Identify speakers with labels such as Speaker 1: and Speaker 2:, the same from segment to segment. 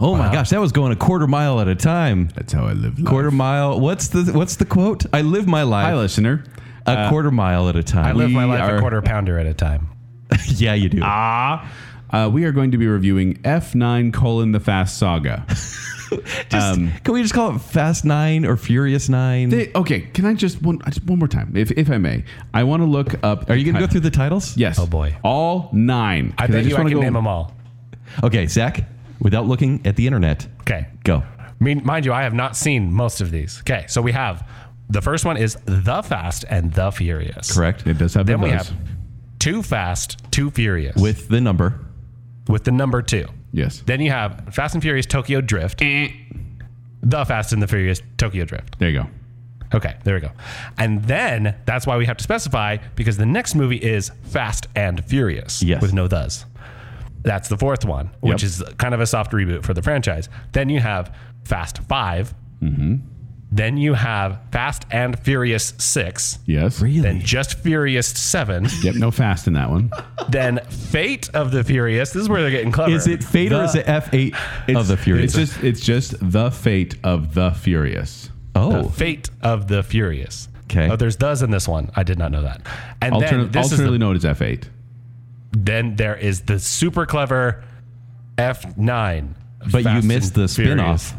Speaker 1: Oh my gosh, that was going a quarter mile at a time.
Speaker 2: That's how I live life.
Speaker 1: Quarter mile. What's the what's the quote? I uh, live my
Speaker 2: Hi,
Speaker 1: life
Speaker 2: listener.
Speaker 1: a quarter mile at a time.
Speaker 3: I live my life
Speaker 2: are-
Speaker 3: a quarter pounder at a time.
Speaker 1: yeah, you do.
Speaker 3: Ah,
Speaker 2: Uh, we are going to be reviewing F9 colon the Fast Saga.
Speaker 1: Just- can we just call it Fast Nine or Furious Nine?
Speaker 2: They- okay, can I just one just one more time, if if I may? I want to look up.
Speaker 1: are you going to go through the titles?
Speaker 2: Yes.
Speaker 3: Oh, boy.
Speaker 2: All nine.
Speaker 3: I
Speaker 2: 'Cause
Speaker 3: bet
Speaker 2: just
Speaker 3: you I
Speaker 2: wanna
Speaker 3: can
Speaker 2: go-
Speaker 3: name them all.
Speaker 1: Okay, Zach. Without looking at the internet,
Speaker 3: Okay.
Speaker 1: go.
Speaker 3: Mean, mind you, I have not seen most of these. Okay, so we have the first one is The Fast and The Furious.
Speaker 1: Correct.
Speaker 2: It does have
Speaker 3: Then
Speaker 2: the
Speaker 3: we
Speaker 2: buzz.
Speaker 3: have Too Fast, Too Furious
Speaker 1: With the number.
Speaker 3: with the number two.
Speaker 2: Yes.
Speaker 3: Then you have Fast and Furious Tokyo Drift. The Fast and the Furious Tokyo Drift.
Speaker 2: There you go.
Speaker 3: Okay, there we go. And then that's why we have to specify because the next movie is Fast and Furious
Speaker 1: Yes.
Speaker 3: with no does. That's the fourth one, which is kind of a soft reboot for the franchise. Then you have Fast 5.
Speaker 1: Mm-hmm.
Speaker 3: Then you have Fast and Furious 6.
Speaker 2: Yes.
Speaker 3: Then just Furious 7.
Speaker 2: Yep. No fast in that one.
Speaker 3: then Fate of the Furious. This is where they're getting clever.
Speaker 1: Is it Fate or
Speaker 2: The-
Speaker 1: is it F eight of the Furious?
Speaker 2: It's just it's just the fate of the furious.
Speaker 3: The
Speaker 1: oh,
Speaker 3: Fate of the Furious.
Speaker 1: 'Kay.
Speaker 3: Oh, there's does in this one. I did not know that. And
Speaker 2: Altern-
Speaker 3: then this is the
Speaker 2: alternatively known as F8.
Speaker 3: then there is the super clever F9.
Speaker 1: but you
Speaker 3: Fast
Speaker 1: missed the
Speaker 3: and Furious.
Speaker 1: spin-off.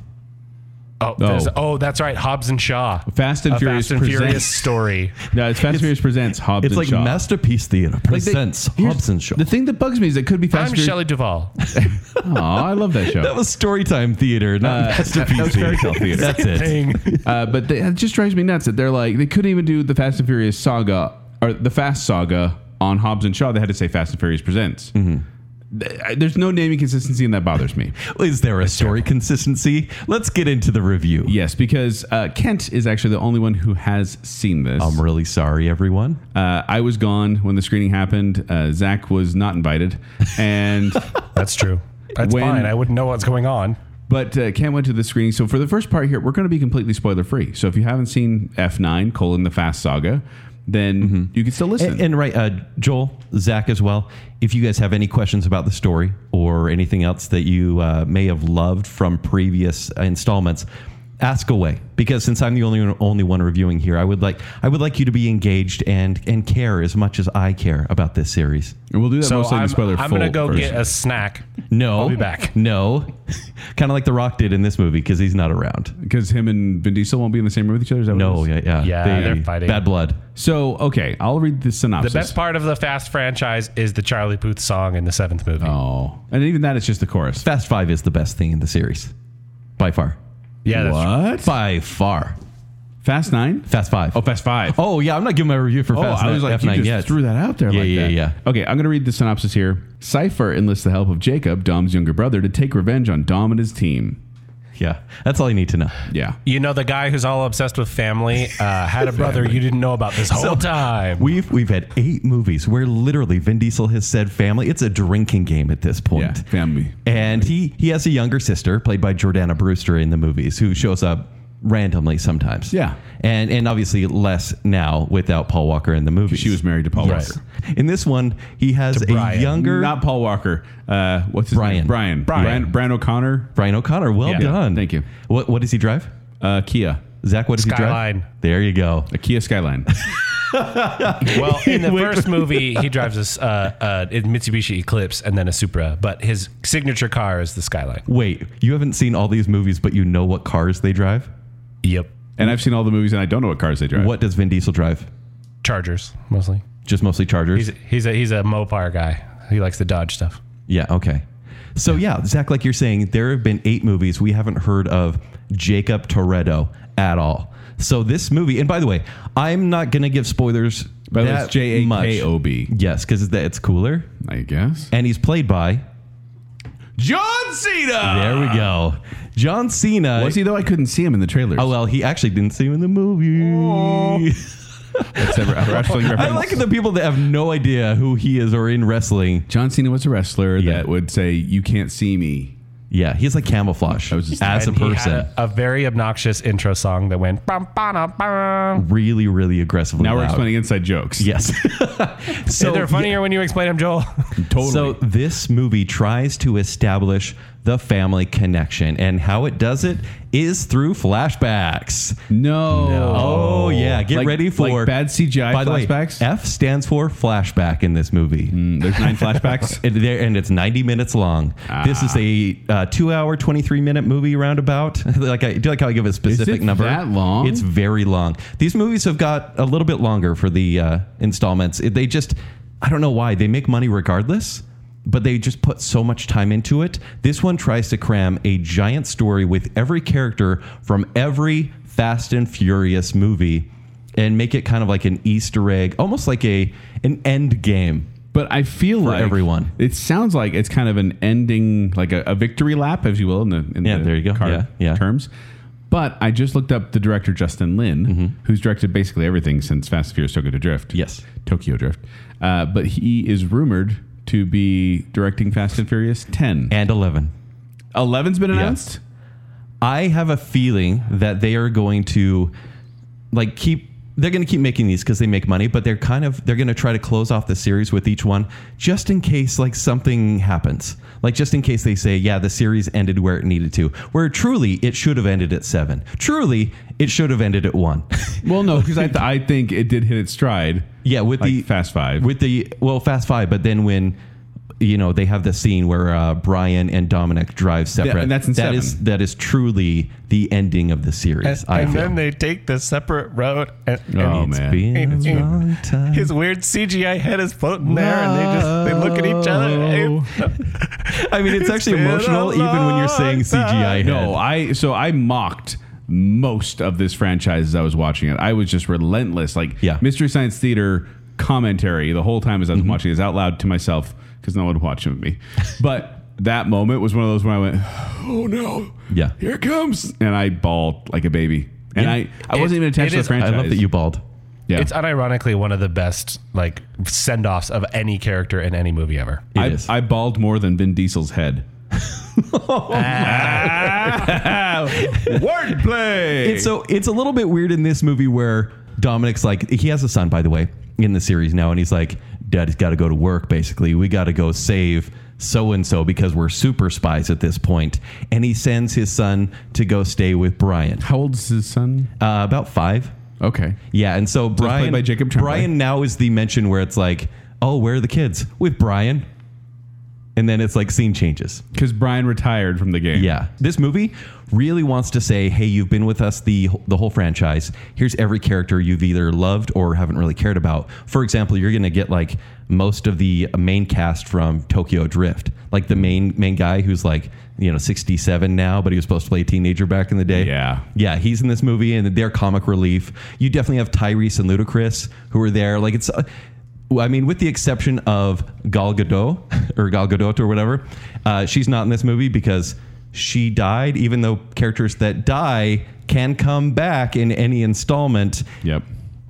Speaker 3: Oh, there's-
Speaker 2: Oh.
Speaker 3: oh. that's right. Hobbs and Shaw.
Speaker 2: Fast and
Speaker 3: A
Speaker 2: Furious
Speaker 3: Fast and
Speaker 2: presents-
Speaker 3: Furious story.
Speaker 2: No, it's Fast and Furious presents Hobbs
Speaker 1: It's
Speaker 2: and
Speaker 1: like
Speaker 2: Shaw.
Speaker 1: Masterpiece Theater
Speaker 2: Like they-
Speaker 1: presents
Speaker 2: here's-
Speaker 1: Hobson Show.
Speaker 2: The thing that bugs me is it could be Fast
Speaker 3: I'm
Speaker 2: and Furious.
Speaker 3: Shelley Duvall.
Speaker 2: Aw, I love that show.
Speaker 1: That was Storytime Theater, not Masterpiece
Speaker 2: that was
Speaker 1: Theater.
Speaker 2: Fairy Tale Theater.
Speaker 1: That's it.
Speaker 3: Dang.
Speaker 2: uh, but they, it just drives me nuts that they're like they couldn't even do the Fast and Furious saga or the Fast Saga on Hobbs and Shaw. They had to say Fast and Furious presents.
Speaker 1: Mm-hmm.
Speaker 2: Th- I- There's no naming consistency, and that bothers me.
Speaker 1: Is there a story consistency? Let's get into the review.
Speaker 2: Yes, because uh, Kent is actually the only one who has seen this.
Speaker 1: I'm really sorry, everyone.
Speaker 2: uh, I was gone when the screening happened. Uh, Zach was not invited, and
Speaker 3: That's true. That's
Speaker 2: When-
Speaker 3: fine. I wouldn't know what's going on.
Speaker 2: But uh, Cam went to the screening. So for the first part here, we're going to be completely spoiler free. So if you haven't seen F9 colon the Fast Saga, then you can still listen.
Speaker 1: And, and right, uh, Joel, Zach as well. If you guys have any questions about the story or anything else that you uh, may have loved from previous installments, ask away. Because since I'm the only only one reviewing here, I would like I would like you to be engaged and and care as much as I care about this series.
Speaker 2: And we'll do that
Speaker 3: So
Speaker 2: mostly in
Speaker 3: I'm,
Speaker 2: the spoiler.
Speaker 3: I'm gonna
Speaker 2: full
Speaker 3: go
Speaker 2: version.
Speaker 3: get a snack.
Speaker 1: No,
Speaker 3: I'll be back.
Speaker 1: No, kind of like The Rock did in this movie because he's not around.
Speaker 2: because him and Vin Diesel won't be in the same room with each other. Is that what it
Speaker 1: No,
Speaker 2: is?
Speaker 1: yeah, yeah,
Speaker 3: Yeah, they're fighting.
Speaker 1: Bad blood.
Speaker 2: So okay, I'll read the
Speaker 3: The
Speaker 2: synopsis.
Speaker 3: best part of the Fast franchise is the Charlie Puth song in the seventh movie.
Speaker 2: Oh, and even that, it's just the chorus.
Speaker 1: Fast Five is the best thing in the series, by far,
Speaker 3: yeah, that's true.
Speaker 2: What?
Speaker 1: by far.
Speaker 2: Fast Nine?
Speaker 1: Fast Five.
Speaker 2: Oh, Fast Five.
Speaker 1: Oh yeah, I'm not giving my review for
Speaker 2: Oh,
Speaker 1: Fast
Speaker 2: I was like, you
Speaker 1: F9
Speaker 2: just
Speaker 1: yet.
Speaker 2: threw that out there
Speaker 1: Yeah,
Speaker 2: like
Speaker 1: yeah,
Speaker 2: that.
Speaker 1: yeah.
Speaker 2: Okay, I'm going to read the synopsis here. Cypher enlists the help of Jacob, Dom's younger brother, to take revenge on Dom and his team.
Speaker 1: yeah, that's all you need to know.
Speaker 2: Yeah.
Speaker 3: You know the guy who's all obsessed with family uh, had a brother you didn't know about this whole time.
Speaker 1: We've we've had eight movies where literally Vin Diesel has said family. It's a drinking game at this point.
Speaker 2: Yeah, family.
Speaker 1: And he he has a younger sister played by Jordana Brewster in the movies who shows up randomly sometimes.
Speaker 2: Yeah.
Speaker 1: And and obviously less now without Paul Walker in the movies.
Speaker 2: She was married to Paul
Speaker 3: Yes.
Speaker 2: Walker.
Speaker 1: in this one. He has a
Speaker 3: Brian.
Speaker 1: younger
Speaker 2: Not Paul Walker. Uh, what's his
Speaker 1: Brian.
Speaker 2: name? Brian.
Speaker 3: Brian.
Speaker 2: Brian. Brian O'Connor.
Speaker 1: Brian O'Connor. Well
Speaker 3: Yeah.
Speaker 1: done.
Speaker 2: Thank you.
Speaker 1: What what does he drive?
Speaker 2: Uh, Kia.
Speaker 1: Zach, what does he
Speaker 3: Skyline.
Speaker 1: drive? There you go.
Speaker 2: A Kia Skyline.
Speaker 3: Well, in the
Speaker 1: Wait,
Speaker 3: first movie, he drives a s- uh, uh, a Mitsubishi Eclipse and then a Supra, but his signature car is the Skyline.
Speaker 1: Wait, you haven't seen all these movies, but you know what cars they drive?
Speaker 3: Yep.
Speaker 2: and I've seen all the movies and I don't know what cars they drive.
Speaker 1: What does Vin Diesel drive?
Speaker 3: Chargers mostly.
Speaker 1: Just mostly Chargers.
Speaker 3: He's he's a he's a Mopar guy. He likes the Dodge stuff.
Speaker 1: yeah, okay. So yeah, Zach, like you're saying, there have been eight movies we haven't heard of Jacob Toretto at all. So this movie, and by the way, I'm not gonna give spoilers.
Speaker 2: But
Speaker 1: that
Speaker 2: it's J A K O
Speaker 1: much.
Speaker 2: B,
Speaker 1: Yes, because it's cooler,
Speaker 2: I guess.
Speaker 1: and he's played by.
Speaker 2: John Cena.
Speaker 1: There we go, John Cena.
Speaker 2: Ah. Was he though? I couldn't see him in the trailers.
Speaker 1: Oh well, he actually didn't see him in the movie.
Speaker 2: That's a, a wrestling reference.
Speaker 1: I like the people that have no idea who he is or in wrestling.
Speaker 2: John Cena was a wrestler
Speaker 1: Yeah.
Speaker 2: that would say, "You can't see me."
Speaker 1: Yeah, he's like camouflage
Speaker 2: I was just-
Speaker 1: as a
Speaker 3: And he had
Speaker 1: person.
Speaker 3: a, a very obnoxious intro song that went bum, bum, bum, bum.
Speaker 1: really, really aggressively.
Speaker 2: Now we're
Speaker 1: loud.
Speaker 2: explaining inside jokes.
Speaker 1: Yes. so
Speaker 3: They're funnier when you explain them, Joel.
Speaker 2: totally.
Speaker 1: So this movie tries to establish the family connection. And how it does it is through flashbacks.
Speaker 2: No.
Speaker 1: Oh, yeah. Get
Speaker 2: Like-
Speaker 1: ready for
Speaker 2: like bad CGI
Speaker 1: By the way,
Speaker 2: flashbacks.
Speaker 1: F stands for flashback in this movie.
Speaker 2: Mm, There's nine flashbacks. Ah.
Speaker 1: It, there, and it's 90 minutes long. This is a uh, two hour, 23 minute movie roundabout. like I do you like how I give a specific
Speaker 2: it
Speaker 1: number.
Speaker 2: that long?
Speaker 1: It's very long. These movies have got a little bit longer for the uh, installments. It- they just, I don't know why. They make money regardless, but they just put so much time into it. This one tries to cram a giant story with every character from every Fast and Furious movie and make it kind of like an Easter egg, almost like a an end game.
Speaker 2: But I feel like
Speaker 1: everyone.
Speaker 2: It sounds like it's kind of an ending, like a, a victory lap, if you will, in the in
Speaker 1: Yeah,
Speaker 2: the
Speaker 1: there you go.
Speaker 2: car
Speaker 1: Yeah, yeah.
Speaker 2: terms. But I just looked up the director Justin Lin, who's directed basically everything since Fast and Furious Tokyo Drift.
Speaker 1: Mm-hmm. Yes.
Speaker 2: Tokyo Drift. Uh, but he is rumored to be directing Fast and Furious Ten.
Speaker 1: And 11.
Speaker 2: Eleven's been announced.
Speaker 1: I have a feeling that they are going to like keep they're going to keep making these because they make money, but they're kind of they're going to try to close off the series with each one just in case like something happens. Like just in case they say, yeah, the series ended where it needed to. Where truly it should have ended at 7. Truly it should have ended at 1.
Speaker 2: Well, no, because I, th- I think it did hit its stride.
Speaker 1: yeah, with
Speaker 2: Like
Speaker 1: the
Speaker 2: Fast Five.
Speaker 1: with the well Fast 5, but then when you know, they have the scene where uh, Brian and Dominic drive separate.
Speaker 2: and that's in
Speaker 1: That
Speaker 2: seven.
Speaker 1: is- that is truly the ending of the series.
Speaker 3: And,
Speaker 1: I
Speaker 3: and
Speaker 1: feel.
Speaker 3: then they take the separate road. And, and
Speaker 2: oh
Speaker 3: he's-
Speaker 2: man.
Speaker 1: Being
Speaker 3: It's
Speaker 1: the
Speaker 3: been-
Speaker 1: wrong time.
Speaker 3: His weird CGI head is floating there, and they just they look at each
Speaker 2: Whoa.
Speaker 3: other.
Speaker 1: Oh. I mean, it's actually
Speaker 3: been a
Speaker 1: emotional even when you're saying
Speaker 3: long
Speaker 1: CGI. Head.
Speaker 2: No, I so I mocked most of this franchise as I was watching it. I was just relentless. Like
Speaker 1: Yeah. Mm-hmm.
Speaker 2: Mystery Science Theater commentary the whole time as I was watching this out loud to myself because no one would watch it with me. But that moment was one of those when I went, Oh no.
Speaker 1: Yeah.
Speaker 2: Here it comes. And I bawled like a baby. And I, I wasn't
Speaker 3: It-
Speaker 2: even attached to the
Speaker 3: it is- I
Speaker 1: I
Speaker 2: franchise.
Speaker 1: love that you bald.
Speaker 2: yeah.
Speaker 3: It's unironically one of the best like send offs of any character in any movie ever.
Speaker 1: It
Speaker 2: I,
Speaker 1: is.
Speaker 2: I bawled more than Vin Diesel's head. Wordplay.
Speaker 1: It's so it's a little bit weird in this movie where Dominic's like he has a son, by the way, in the series now, and he's like, "Daddy's got to go to work. Basically, we got to go save." So and so, because we're super spies at this point, and he sends his son to go stay with Brian,
Speaker 2: How old is his son?
Speaker 1: uh, about five.
Speaker 2: Okay.
Speaker 1: Yeah, and so
Speaker 2: played
Speaker 1: Brian
Speaker 2: by Jacob Tremblay.
Speaker 1: Brian now is the mention where it's like, "Oh, where are the kids with Brian?" And then it's like scene changes.
Speaker 2: Because Brian retired from the game.
Speaker 1: Yeah, this movie really wants to say, "Hey, you've been with us the the whole franchise. Here's every character you've either loved or haven't really cared about." For example, you're going to get like most of the main cast from Tokyo Drift, like the main main guy who's like you know 67 now, but he was supposed to play a teenager back in the day.
Speaker 2: Yeah.
Speaker 1: yeah, he's in this movie, and they're comic relief. You definitely have Tyrese and Ludacris who are there. Like it's. Uh, I mean, with the exception of Gal Gadot or Gal Gadot or whatever, uh, she's not in this movie because she died. Even though characters that die can come back in any installment
Speaker 2: Yep.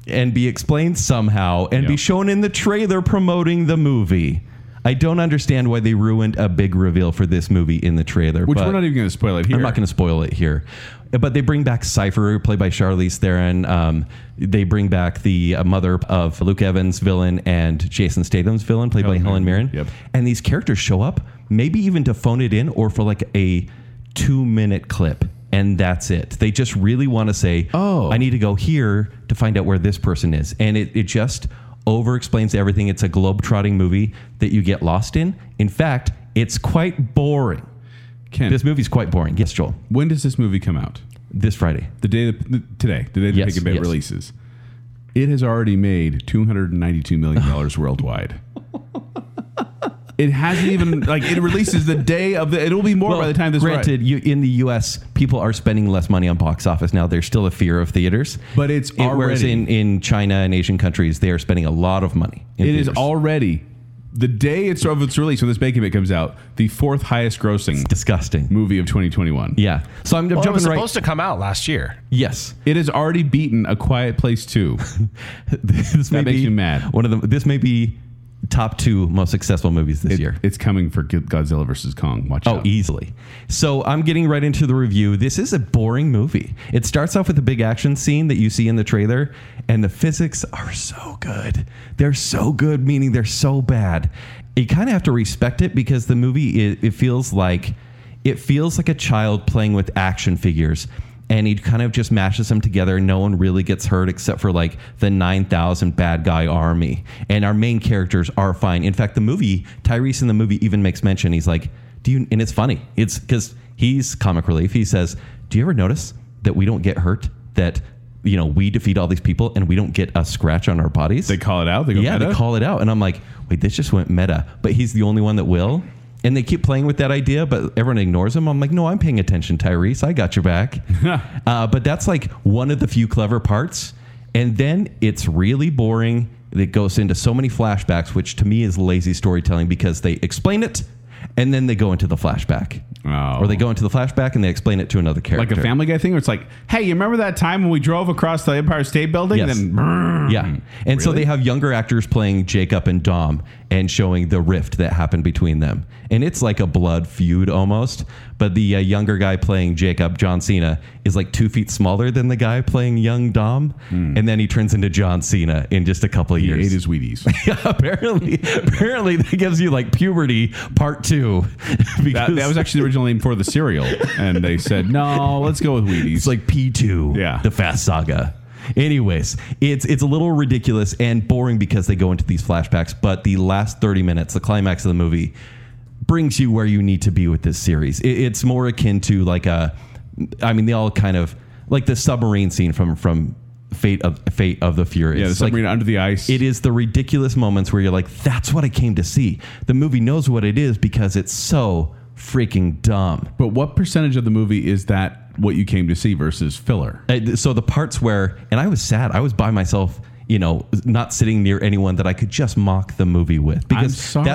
Speaker 1: and be explained somehow and be
Speaker 2: Yep.
Speaker 1: shown in the trailer promoting the movie. I don't understand why they ruined a big reveal for this movie in the trailer.
Speaker 2: Which
Speaker 1: but-
Speaker 2: we're not even going to spoil it here.
Speaker 1: I'm not going to spoil it here. But they bring back Cypher, played by Charlize Theron. Um, they bring back the uh, mother of Luke Evans' villain and Jason Statham's villain, played by Helen Mirren.
Speaker 2: Oh, Yep.
Speaker 1: And these characters show up, maybe even to phone it in or for like a two minute clip. And that's it. They just really want to say,
Speaker 2: Oh.
Speaker 1: I need to go here to find out where this person is. And it, it just over explains everything. It's a globetrotting movie that you get lost in. In fact, it's quite boring.
Speaker 2: Ken,
Speaker 1: This movie's quite boring. Yes, Joel.
Speaker 2: when does this movie come out?
Speaker 1: This Friday.
Speaker 2: The day the, the, today, the day the
Speaker 1: Yes,
Speaker 2: Pick a Bit
Speaker 1: yes.
Speaker 2: releases. It has already made two hundred and ninety-two million dollars worldwide. It hasn't even like it releases the day of the. It'll be more by the time this.
Speaker 1: granted, you, in the U.S., people are spending less money on box office now. There's still a fear of theaters,
Speaker 2: But it's
Speaker 1: whereas
Speaker 2: already-
Speaker 1: in in China and Asian countries, they are spending a lot of money. in
Speaker 2: It is
Speaker 1: theaters.
Speaker 2: already the day it's of its release when this Bacon Bit comes out, the fourth highest-grossing
Speaker 1: disgusting.
Speaker 2: movie of 2021.
Speaker 1: Yeah, so I'm, I'm
Speaker 3: Well, it was
Speaker 1: jumping right.
Speaker 3: supposed to come out last year.
Speaker 1: yes,
Speaker 2: It has already beaten A Quiet Place Two.
Speaker 1: this may
Speaker 2: That makes
Speaker 1: be
Speaker 2: you mad.
Speaker 1: One of the this may be top two most successful movies this year.
Speaker 2: It's coming for Godzilla versus Kong. Watch
Speaker 1: Oh,
Speaker 2: out.
Speaker 1: easily. So I'm getting right into the review. This is a boring movie. It starts off with a big action scene that you see in the trailer, and the physics are so good. They're so good, meaning they're so bad. You kind of have to respect it because the movie it, it feels like it feels like a child playing with action figures. And he kind of just mashes them together. and No one really gets hurt except for like the 9,000 bad guy army. And our main characters are fine. In fact, the movie, Tyrese in the movie even makes mention. He's like, Do you, and it's funny. It's because he's comic relief. He says, Do you ever notice that we don't get hurt? That, you know, we defeat all these people and we don't get a scratch on our bodies?
Speaker 2: They call it out. They go,
Speaker 1: yeah, they
Speaker 2: "Meta?"
Speaker 1: call it out, and I'm like, wait, this just went meta, but he's the only one that will. And they keep playing with that idea, but everyone ignores him. I'm like, no, I'm paying attention, Tyrese. I got your back. uh, but that's like one of the few clever parts. And then it's really boring. It goes into so many flashbacks, which to me is lazy storytelling because they explain it and then they go into the flashback.
Speaker 2: Oh.
Speaker 1: Or they go into the flashback and they explain it to another
Speaker 2: like
Speaker 1: character.
Speaker 2: a Family Guy thing where it's like, hey, you remember that time when we drove across the Empire State Building?
Speaker 1: Yes.
Speaker 2: And then,
Speaker 1: Yeah. And
Speaker 2: Mm-hmm.
Speaker 1: so they have younger actors playing Jacob and Dom and showing the rift that happened between them. And it's like a blood feud almost. But the uh, younger guy playing Jacob, John Cena, is like two feet smaller than the guy playing young Dom.
Speaker 2: Hmm.
Speaker 1: And then he turns into John Cena in just a couple of
Speaker 2: it
Speaker 1: years.
Speaker 2: is Wheaties.
Speaker 1: Yeah, apparently, apparently that gives you like puberty part two.
Speaker 2: that,
Speaker 1: because
Speaker 2: that was actually the original name for the cereal. And they said, no, let's go with Wheaties.
Speaker 1: It's like P2,
Speaker 2: Yeah.
Speaker 1: the Fast Saga. Anyways, it's it's a little ridiculous and boring because they go into these flashbacks, but the last 30 minutes, the climax of the movie brings you where you need to be with this series. It, it's more akin to like a I mean they all kind of like the submarine scene from from Fate of Fate of the Furious.
Speaker 2: yeah, the
Speaker 1: It's like-
Speaker 2: submarine under the ice.
Speaker 1: it is the ridiculous moments where you're like, that's what I came to see. The movie knows what it is because it's so freaking dumb.
Speaker 2: But what percentage of the movie is that what you came to see versus filler?
Speaker 1: Uh, th- so the parts where and i was sad i was by myself you know not sitting near anyone that i could just mock the movie with
Speaker 2: sorry.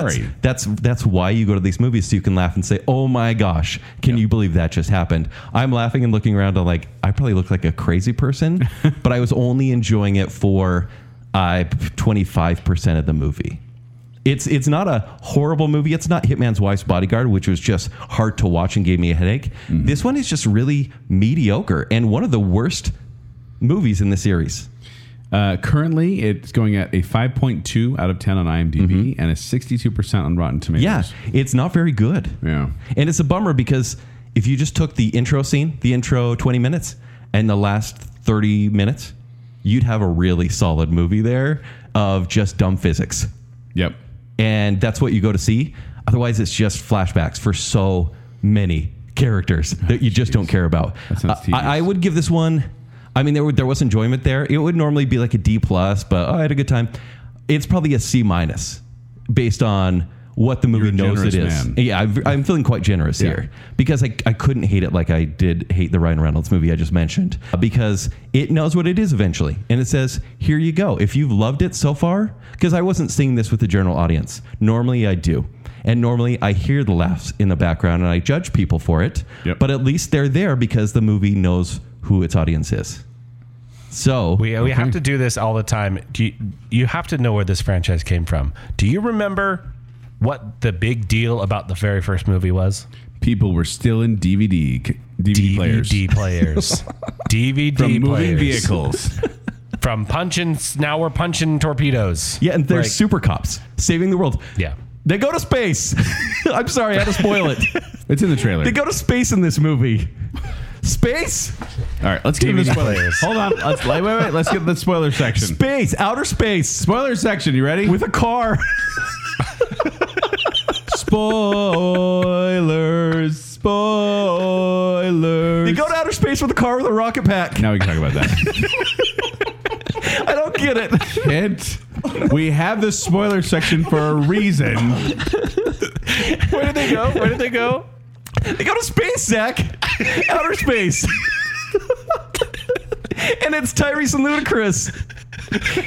Speaker 1: That's, that's that's why you go to these movies so you can laugh and say oh my gosh can you believe that just happened i'm laughing and looking around I'm like i probably look like a crazy person but i was only enjoying it for uh, 25% of the movie it's it's not a horrible movie. It's not Hitman's Wife's Bodyguard, which was just hard to watch and gave me a headache. This one is just really mediocre and one of the worst movies in the series.
Speaker 2: Uh, currently, it's going at a 5.2 out of 10 on IMDb and a 62% on Rotten Tomatoes.
Speaker 1: Yeah, it's not very good.
Speaker 2: Yeah.
Speaker 1: And it's a bummer because if you just took the intro scene, the intro 20 minutes, and the last 30 minutes, you'd have a really solid movie there of just dumb physics.
Speaker 2: Yep.
Speaker 1: and that's what you go to see. Otherwise, it's just flashbacks for so many characters that you just don't care about.
Speaker 2: sounds
Speaker 1: Uh,
Speaker 2: tedious.
Speaker 1: I, I would give this one. I mean, there were, there was enjoyment there. It would normally be like a D plus, but oh, I had a good time. It's probably a C minus based on what the movie
Speaker 2: You're a
Speaker 1: knows it
Speaker 2: generous
Speaker 1: is.
Speaker 2: man.
Speaker 1: Yeah, I've, I'm feeling quite generous here because I, I couldn't hate it like I did hate the Ryan Reynolds movie I just mentioned uh, because it knows what it is eventually. And it says, here you go. If you've loved it so far, because I wasn't seeing this with the general audience. Normally I do. And normally I hear the laughs in the background and I judge people for it.
Speaker 2: Yep.
Speaker 1: But at least they're there because the movie knows who its audience is. So
Speaker 3: We, we have to do this all the time. Do you, you have to know where this franchise came from. Do you remember what the big deal about the very first movie was?
Speaker 2: People were still in DVD, c- DVD, players.
Speaker 3: DVD players. DVD
Speaker 2: From moving
Speaker 3: players.
Speaker 2: vehicles.
Speaker 3: From punching, now we're punching torpedoes.
Speaker 1: Yeah, and they're
Speaker 3: Like,
Speaker 1: super cops saving the world.
Speaker 3: Yeah.
Speaker 1: They go to space. I'm sorry, I had to spoil it.
Speaker 2: it's in the trailer.
Speaker 1: they go to space in this movie. Space,
Speaker 2: All right, let's get into
Speaker 3: DVD
Speaker 2: spoilers.
Speaker 3: players.
Speaker 2: Hold on. Let's, wait, wait, wait. Let's get the spoiler section.
Speaker 1: space, outer space
Speaker 2: spoiler section. You ready?
Speaker 1: with a car.
Speaker 2: spoilers. Spoilers.
Speaker 1: They go to outer space with a car with a rocket pack.
Speaker 2: now we can talk about that.
Speaker 1: I don't get it.
Speaker 2: Kent, we have the spoiler section for a reason.
Speaker 1: Where did they go? Where did they go? They go to space, Zach. outer space. and it's Tyrese and Ludacris.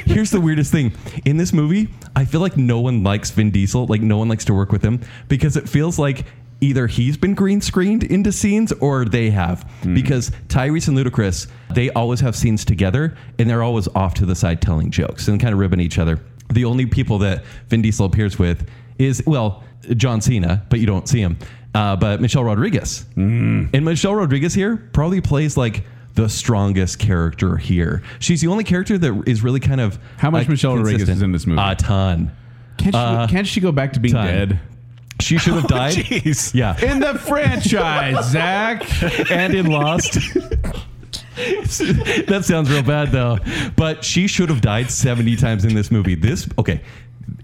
Speaker 1: Here's the weirdest thing. In this movie, I feel like no one likes Vin Diesel. Like, no one likes to work with him because it feels like either he's been green screened into scenes or they have. Because Tyrese and Ludacris, they always have scenes together and they're always off to the side telling jokes and kind of ribbing each other. The only people that Vin Diesel appears with is, well, John Cena, but you don't see him, uh, but Michelle Rodriguez. And Michelle Rodriguez here probably plays like the strongest character here. She's the only character that is really kind of
Speaker 2: How much
Speaker 1: like,
Speaker 2: Michelle Rodriguez
Speaker 1: consistent.
Speaker 2: is in this movie?
Speaker 1: A ton.
Speaker 2: Can't she, can't she go back to being
Speaker 1: Uh, time.
Speaker 2: dead?
Speaker 1: She should have died.
Speaker 3: Jeez.
Speaker 1: Yeah.
Speaker 2: in the franchise, Zach.
Speaker 1: and in Lost. that sounds real bad though. But she should have died 70 times in this movie. This okay.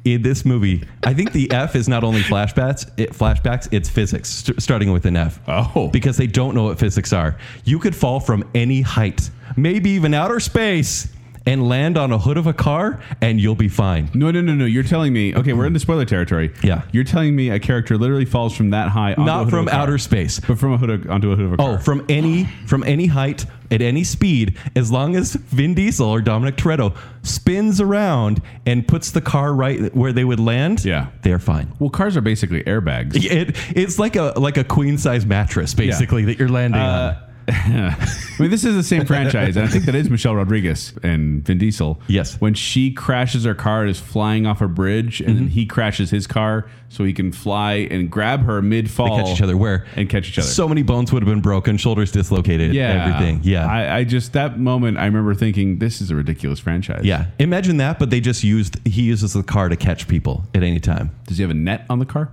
Speaker 1: In this movie, I think the F is not only flashbacks, it flashbacks, it's physics, st- starting with an F.
Speaker 2: Oh.
Speaker 1: Because they don't know what physics are. You could fall from any height, maybe even outer space, and land on a hood of a car and you'll be fine.
Speaker 2: No, no, no, no. You're telling me. Okay, we're in the spoiler territory.
Speaker 1: Yeah.
Speaker 2: You're telling me a character literally falls from that high. Onto a hood
Speaker 1: Not
Speaker 2: of
Speaker 1: from
Speaker 2: a car,
Speaker 1: outer space.
Speaker 2: but from a hood of, onto a hood of a
Speaker 1: Oh,
Speaker 2: car.
Speaker 1: from any from any height at any speed, as long as Vin Diesel or Dominic Toretto spins around and puts the car right where they would land,
Speaker 2: Yeah.
Speaker 1: they're fine.
Speaker 2: Well, cars are basically airbags.
Speaker 1: It it's like a like a queen size mattress basically that you're landing
Speaker 2: Uh,
Speaker 1: on.
Speaker 2: I mean, this is the same franchise, and I think that is Michelle Rodriguez and Vin Diesel.
Speaker 1: Yes.
Speaker 2: When she crashes her car and is flying off a bridge, and then
Speaker 1: Mm-hmm.
Speaker 2: he crashes his car so he can fly and grab her mid fall.
Speaker 1: Catch each other where
Speaker 2: oh. And catch each other.
Speaker 1: So many bones would have been broken, shoulders dislocated,
Speaker 2: yeah.
Speaker 1: everything. Yeah.
Speaker 2: I, I just, that moment, I remember thinking, this is a ridiculous franchise.
Speaker 1: yeah. Imagine that, but they just used he uses the car to catch people at any time.
Speaker 2: Does he have a net on the car?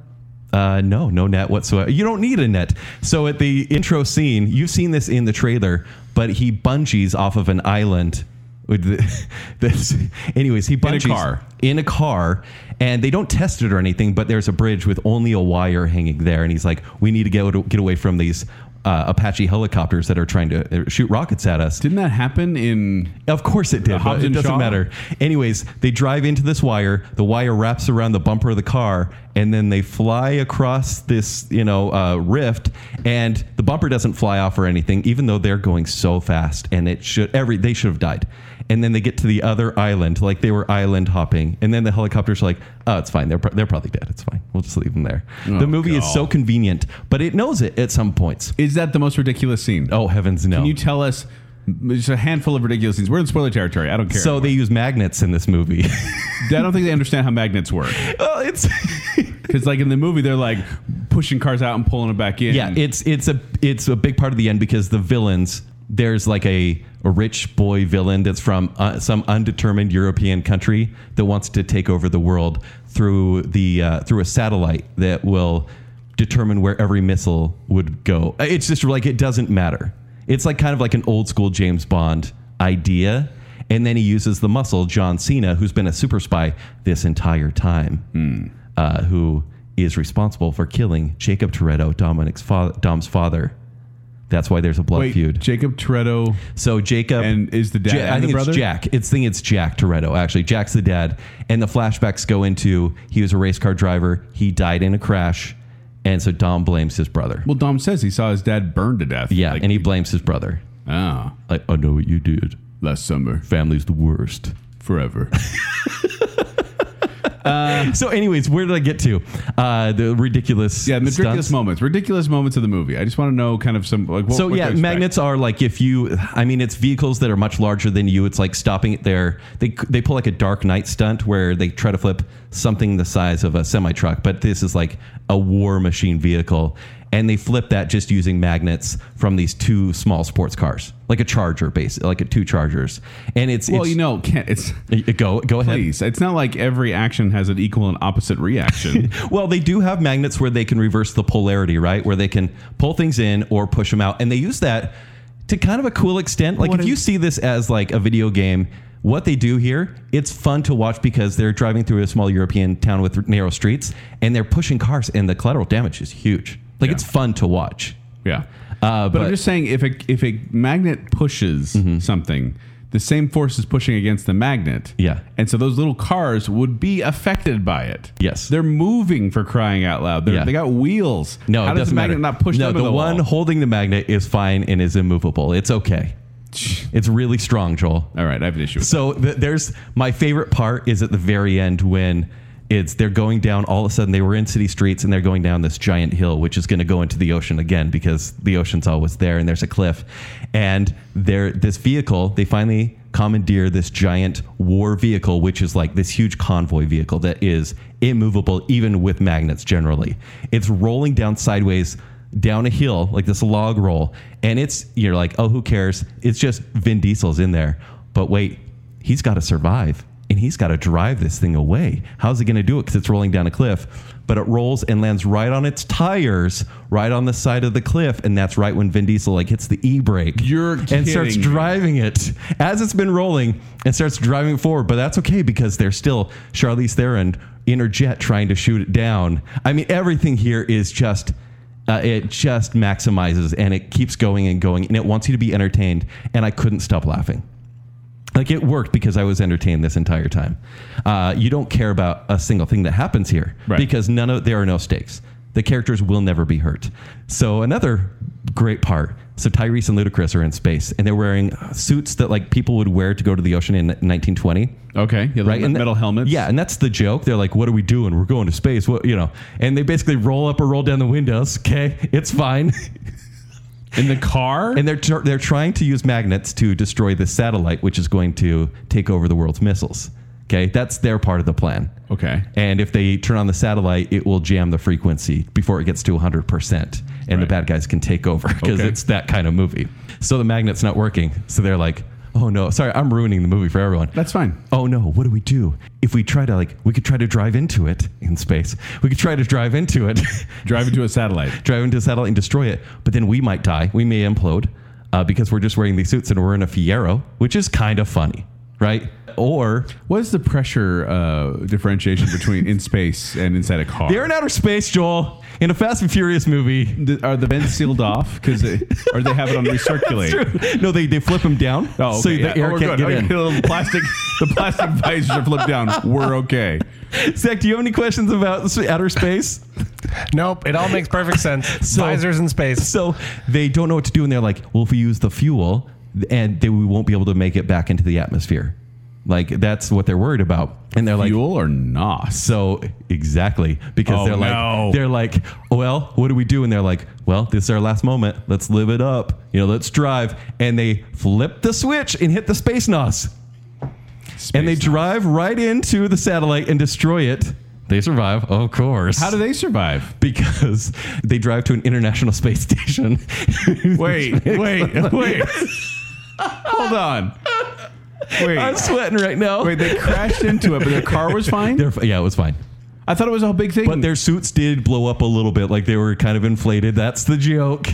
Speaker 1: Uh, no, no net whatsoever. You don't need a net. So at the intro scene, you've seen this in the trailer, but he bungees off of an island. With the, this, anyways, he bungees
Speaker 2: car.
Speaker 1: in a car, and they don't test it or anything. But there's a bridge with only a wire hanging there, and he's like, "We need to get get away from these uh, Apache helicopters that are trying to uh, shoot rockets at us."
Speaker 2: Didn't that happen in.
Speaker 1: Of course it did. But
Speaker 2: Hobbs
Speaker 1: it
Speaker 2: and
Speaker 1: doesn't
Speaker 2: Shaw?
Speaker 1: matter. Anyways, they drive into this wire. The wire wraps around the bumper of the car, and then they fly across this, you know, uh, rift. And the bumper doesn't fly off or anything, even though they're going so fast. And it should every they should have died. And then they get to the other island, like they were island hopping. And then the helicopters are like, "Oh, it's fine. They're pro- they're probably dead. It's fine. We'll just leave them there." the movie is
Speaker 2: Oh, God.
Speaker 1: so convenient, but it knows it at some points.
Speaker 2: Is that the most ridiculous scene?
Speaker 1: Oh heavens, no!
Speaker 2: Can you tell us just a handful of ridiculous scenes? We're in spoiler territory. I don't care.
Speaker 1: so they use magnets in this movie.
Speaker 2: I don't think they understand how magnets work.
Speaker 1: oh, it's.
Speaker 2: Because like in the movie, they're like pushing cars out and pulling them back in.
Speaker 1: Yeah, it's it's a it's a big part of the end because the villains there's like a, a rich boy villain that's from uh, some undetermined European country that wants to take over the world through the uh, through a satellite that will determine where every missile would go. Uh, It's just like it doesn't matter. It's like kind of like an old school James Bond idea. And then he uses the muscle, John Cena, who's been a super spy this entire time uh, who is responsible for killing Jacob Toretto, Dominic's fa- Dom's father. That's why there's a blood
Speaker 2: Wait,
Speaker 1: feud.
Speaker 2: Jacob Toretto
Speaker 1: So Jacob
Speaker 2: and is the dad
Speaker 1: Ja- I
Speaker 2: and
Speaker 1: think
Speaker 2: the brother?
Speaker 1: it's Jack. It's I think it's Jack Toretto actually. Jack's the dad, and the flashbacks go into he was a race car driver. He died in a crash, and so Dom blames his brother.
Speaker 2: Well, Dom says he saw his dad burned to death.
Speaker 1: yeah,
Speaker 2: Like,
Speaker 1: and he blames his brother.
Speaker 2: ah,
Speaker 1: Like, I know what you did.
Speaker 2: last summer,
Speaker 1: Family's the worst.
Speaker 2: forever.
Speaker 1: So, anyways, where did I get to? Uh, the ridiculous.
Speaker 2: yeah, the ridiculous
Speaker 1: stunts?
Speaker 2: moments, ridiculous moments of the movie. I just want to know kind of some like what,
Speaker 1: So
Speaker 2: what to
Speaker 1: yeah,
Speaker 2: expect.
Speaker 1: magnets are like if you, I mean, it's vehicles that are much larger than you. It's like stopping it there. They they pull like a Dark Knight stunt where they try to flip something the size of a semi truck, but this is like a war machine vehicle, and they flip that just using magnets from these two small sports cars, like a Charger base, like a two Chargers, and it's
Speaker 2: Well,
Speaker 1: it's,
Speaker 2: you know, can't, it's
Speaker 1: go go ahead.
Speaker 2: please. It's not like every action has an equal and opposite reaction.
Speaker 1: Well, they do have magnets where they can reverse the polarity, right? Where they can pull things in or push them out. And they use that to kind of a cool extent. Like,
Speaker 2: What
Speaker 1: if
Speaker 2: if-
Speaker 1: you see this as like a video game, what they do here, it's fun to watch because they're driving through a small European town with narrow streets and they're pushing cars, and the collateral damage is huge. Like,
Speaker 2: Yeah.
Speaker 1: it's fun to watch.
Speaker 2: yeah,
Speaker 1: Uh,
Speaker 2: but,
Speaker 1: but- Mm-hmm.
Speaker 2: I'm just saying if a if a magnet pushes something. The same force is pushing against the magnet.
Speaker 1: Yeah.
Speaker 2: And so those little cars would be affected by it.
Speaker 1: Yes.
Speaker 2: They're moving for crying out loud. They're,
Speaker 1: Yeah.
Speaker 2: They got wheels.
Speaker 1: No,
Speaker 2: How
Speaker 1: it
Speaker 2: does
Speaker 1: doesn't
Speaker 2: the magnet
Speaker 1: matter.
Speaker 2: not push
Speaker 1: no,
Speaker 2: them
Speaker 1: the,
Speaker 2: to the
Speaker 1: one
Speaker 2: wall?
Speaker 1: holding the magnet is fine and is immovable. It's okay. It's really strong, Joel.
Speaker 2: All right, I have an issue. With
Speaker 1: So th- there's my favorite part is at the very end when it's they're going down. All of a sudden, they were in city streets and they're going down this giant hill, which is going to go into the ocean again because the ocean's always there and there's a cliff. And there, this vehicle, they finally commandeer this giant war vehicle, which is like this huge convoy vehicle that is immovable even with magnets. Generally, it's rolling down sideways down a hill like this log roll, and it's you're like, oh, who cares? It's just Vin Diesel's in there, but wait, he's got to survive. And and he's got to drive this thing away. How's he going to do it? Because it's rolling down a cliff. But it rolls and lands right on its tires, right on the side of the cliff, and that's right when Vin Diesel like hits the e brake
Speaker 2: You're
Speaker 1: and starts
Speaker 2: kidding me.
Speaker 1: driving it as it's been rolling and starts driving it forward. But that's okay because they're still Charlize Theron in her jet trying to shoot it down. I mean, everything here is just. Uh, it just maximizes and it keeps going and going and it wants you to be entertained and i couldn't stop laughing like it worked because I was entertained this entire time. Uh, you don't care about a single thing that happens here
Speaker 2: Right.
Speaker 1: because none of there are no stakes. The characters will never be hurt. So another great part. So Tyrese and Ludacris are in space, and they're wearing suits that like people would wear to go to the ocean in 1920
Speaker 2: Okay. Yeah, right.
Speaker 1: and
Speaker 2: metal
Speaker 1: that-
Speaker 2: helmets.
Speaker 1: Yeah, and that's the joke. They're like, "What are we doing? We're going to space." What you know? And they basically roll up or roll down the windows. Okay, it's fine.
Speaker 2: In the car.
Speaker 1: And they're tr- they're trying to use magnets to destroy this satellite, which is going to take over the world's missiles. Okay, that's their part of the plan.
Speaker 2: okay.
Speaker 1: And if they turn on the satellite, it will jam the frequency before it gets to 100%. And the
Speaker 2: Right.
Speaker 1: bad guys can take over because
Speaker 2: Okay.
Speaker 1: it's that kind of movie. So the magnet's not working. So they're like, oh no, sorry, I'm ruining the movie for everyone
Speaker 2: That's fine.
Speaker 1: oh no, what do we do? If we try to like, we could try to drive into it in space. We could try to drive into it,
Speaker 2: Drive into a satellite.
Speaker 1: drive into a satellite and destroy it. But then we might die. We may implode uh, because we're just wearing these suits and we're in a Fiero, which is kind of funny, right? Or
Speaker 2: What is the pressure uh, differentiation between in space and inside a car?
Speaker 1: they're in outer space, Joel, in a Fast and Furious movie.
Speaker 2: Th- are the vents sealed off? Because or they have it on recirculate?
Speaker 1: No, they, they flip them down
Speaker 2: Oh, okay.
Speaker 1: so the
Speaker 2: Yeah.
Speaker 1: air
Speaker 2: Oh, we're
Speaker 1: can't
Speaker 2: good.
Speaker 1: get in.
Speaker 2: Okay, The plastic, the plastic visors are flipped down. We're okay.
Speaker 1: Zach, do you have any questions about s- outer space?
Speaker 3: Nope, it all makes perfect sense. Visors in space.
Speaker 1: So they don't know what to do, and they're like, "Well, if we use the fuel, and they, we won't be able to make it back into the atmosphere." Like that's what they're worried about, and they're like,
Speaker 2: Fuel or not?
Speaker 1: "So exactly," because
Speaker 2: Oh,
Speaker 1: they're
Speaker 2: no.
Speaker 1: like, "They're like, well, what do we do?" And they're like, "Well, this is our last moment. Let's live it up. You know, let's drive." And they flip the switch and hit the space nos, and they drive right into the satellite and destroy it. They survive, of course
Speaker 2: How do they survive?
Speaker 1: because they drive to an international space station.
Speaker 2: Wait, wait, wait. Hold on.
Speaker 1: I'm
Speaker 2: Wait,
Speaker 1: sweating right now.
Speaker 2: wait. They crashed into it, but their car was fine.
Speaker 1: They're f- yeah, it was fine.
Speaker 2: I thought it was a whole big thing.
Speaker 1: But their suits did blow up a little bit, like they were kind of inflated. That's the joke.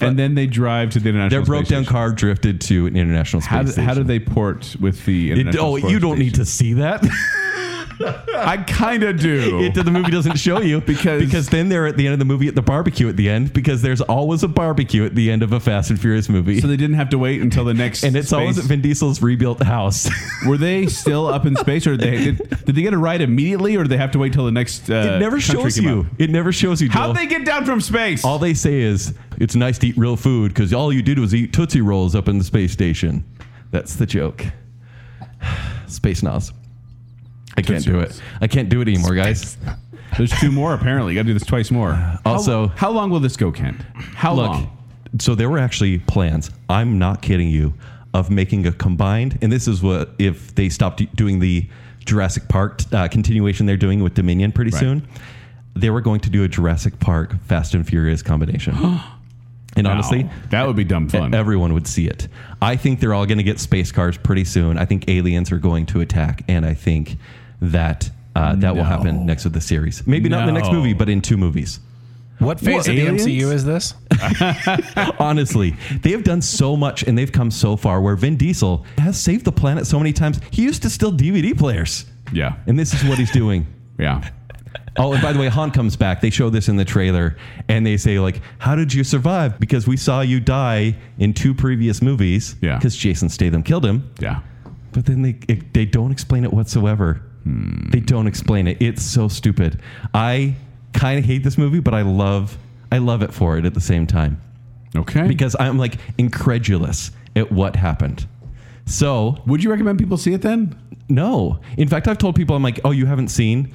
Speaker 2: and then they drive to the international.
Speaker 1: Their broke
Speaker 2: Space
Speaker 1: down
Speaker 2: Station.
Speaker 1: car drifted to an international space
Speaker 2: How do,
Speaker 1: station.
Speaker 2: how do they port with the?
Speaker 1: It-
Speaker 2: International
Speaker 1: oh, you don't need to see that.
Speaker 2: I kind of do.
Speaker 1: It- the movie doesn't show you
Speaker 2: Because-
Speaker 1: because then they're at the end of the movie at the barbecue at the end because there's always a barbecue at the end of a Fast and Furious movie.
Speaker 2: so they didn't have to wait until the next.
Speaker 1: and it's always at
Speaker 2: space-
Speaker 1: Vin Diesel's rebuilt house.
Speaker 2: Were they still up in space, or they did, did they get a ride immediately, or did they have to wait till the next? Uh,
Speaker 1: it never
Speaker 2: country
Speaker 1: shows
Speaker 2: came
Speaker 1: you.
Speaker 2: out?
Speaker 1: It never shows you. Joel.
Speaker 2: How'd they get down from space?
Speaker 1: All they say is it's nice to eat real food because all you did was eat Tootsie Rolls up in the space station. That's the joke. Space Nas. I can't
Speaker 2: Tootsie
Speaker 1: do
Speaker 2: Rolls.
Speaker 1: it. I can't do it anymore, guys.
Speaker 2: There's two more apparently. Got to do this twice more.
Speaker 1: Also-
Speaker 2: how, how long will this go, Kent? How
Speaker 1: Look,
Speaker 2: long?
Speaker 1: so there were actually plans. I'm not kidding you, of making a combined. And this is what if they stopped doing the Jurassic Park uh, continuation they're doing with Dominion pretty
Speaker 2: Right.
Speaker 1: soon. They were going to do a Jurassic Park Fast and Furious combination. and honestly,
Speaker 2: Wow. that would be dumb fun.
Speaker 1: Everyone would see it. I think they're all going to get space cars pretty soon. I think aliens are going to attack, and I think that uh, that will happen next with the series. Maybe not in the next
Speaker 2: No.
Speaker 1: movie, but in two movies.
Speaker 3: What phase of
Speaker 2: aliens?
Speaker 3: the MCU is this?
Speaker 1: Honestly, they have done so much and they've come so far. Where Vin Diesel has saved the planet so many times, he used to steal DVD players,
Speaker 2: yeah,
Speaker 1: and this is what he's doing.
Speaker 2: yeah.
Speaker 1: Oh, and by the way, Han comes back. They show this in the trailer, and they say like, "How did you survive? Because we saw you die in two previous movies.
Speaker 2: Yeah.
Speaker 1: because Jason Statham killed him.
Speaker 2: Yeah.
Speaker 1: But then they it, they don't explain it whatsoever. They don't explain it. It's so stupid. I kind of hate this movie, but I love I love it for it at the same time
Speaker 2: Okay.
Speaker 1: because I'm like incredulous at what happened. So
Speaker 2: would you recommend people see it then?
Speaker 1: no, in fact, I've told people I'm like, oh, you haven't seen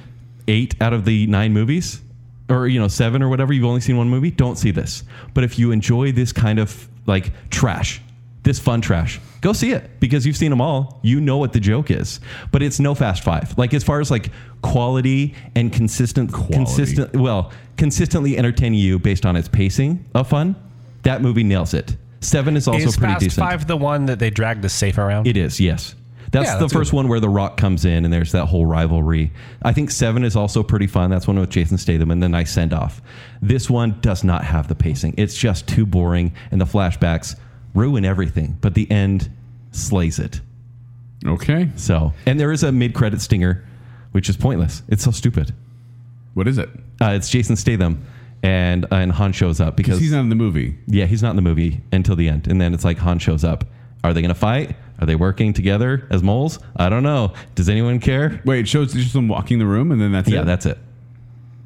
Speaker 1: eight out of the nine movies, or you know seven or whatever. You've only seen one movie. Don't see this. But if you enjoy this kind of like trash. This fun trash. Go see it because you've seen them all. You know what the joke is, but it's no Fast Five. Like as far as like quality and consistent, consistent, well, consistently entertaining you based on its pacing of fun. That movie nails it. Seven is also
Speaker 3: Is
Speaker 1: pretty
Speaker 3: Fast
Speaker 1: decent.
Speaker 3: Five the one that they dragged the safe around?
Speaker 1: It is, yes. That's
Speaker 3: Yeah,
Speaker 1: the
Speaker 3: that's a
Speaker 1: first one where The Rock comes in and there's that whole rivalry. I think Seven is also pretty fun. That's one with Jason Statham and the nice send off. This one does not have the pacing. It's just too boring, and the flashbacks ruin everything. But the end slays it.
Speaker 2: Okay.
Speaker 1: So, and there is a mid credit stinger, which is pointless. It's so stupid.
Speaker 2: What is it?
Speaker 1: Uh, it's Jason Statham, and and Han shows up because
Speaker 2: Because he's not in the movie.
Speaker 1: yeah, he's not in the movie until the end. And then it's like Han shows up. Are they going to fight? Are they working together as moles? I don't know. Does anyone care?
Speaker 2: Wait, it shows just him walking the room and then that's
Speaker 1: Yeah,
Speaker 2: it.
Speaker 1: that's it.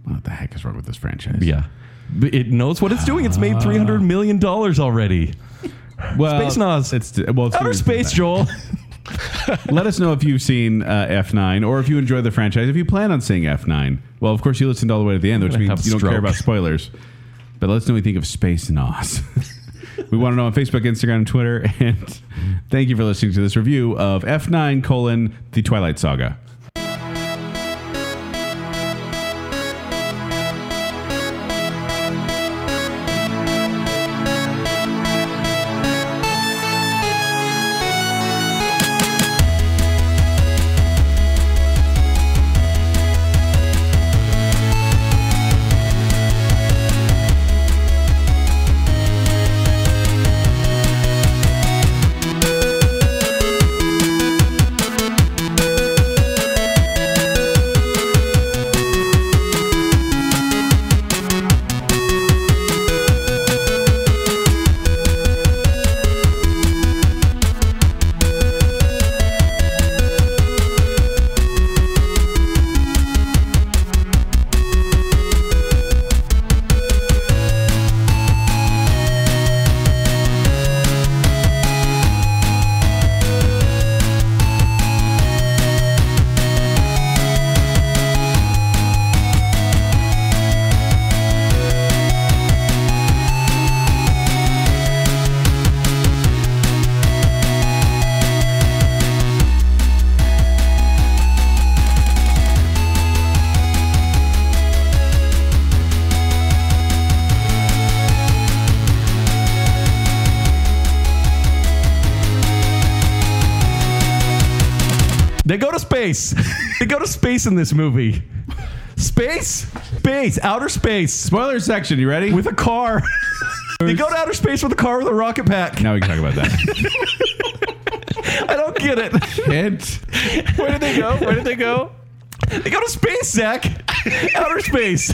Speaker 2: what the heck is wrong with this franchise?
Speaker 1: Yeah. But it knows what it's doing. It's made $300 million already.
Speaker 2: Well,
Speaker 1: Space Nas.
Speaker 2: It's well, it's
Speaker 1: Outer space, Joel.
Speaker 2: Let us know if you've seen uh, F9 or if you enjoy the franchise. If you plan on seeing F9, well, of course you listened all the way to the end, which
Speaker 1: gonna have
Speaker 2: means you don't
Speaker 1: stroke.
Speaker 2: care about spoilers. But let us know what you think of Space Nos. we want to know on Facebook, Instagram, and Twitter. And thank you for listening to this review of F9 colon the Twilight Saga.
Speaker 1: they go to space. they go to space in this movie. Space, space, outer space
Speaker 2: Spoiler section, you ready?
Speaker 1: with a car. they go to outer space with a car with a rocket pack.
Speaker 2: now we can talk about that.
Speaker 1: I don't get it.
Speaker 2: Hint.
Speaker 3: Where did they go? Where did they go?
Speaker 1: They go to space, Zach. outer space.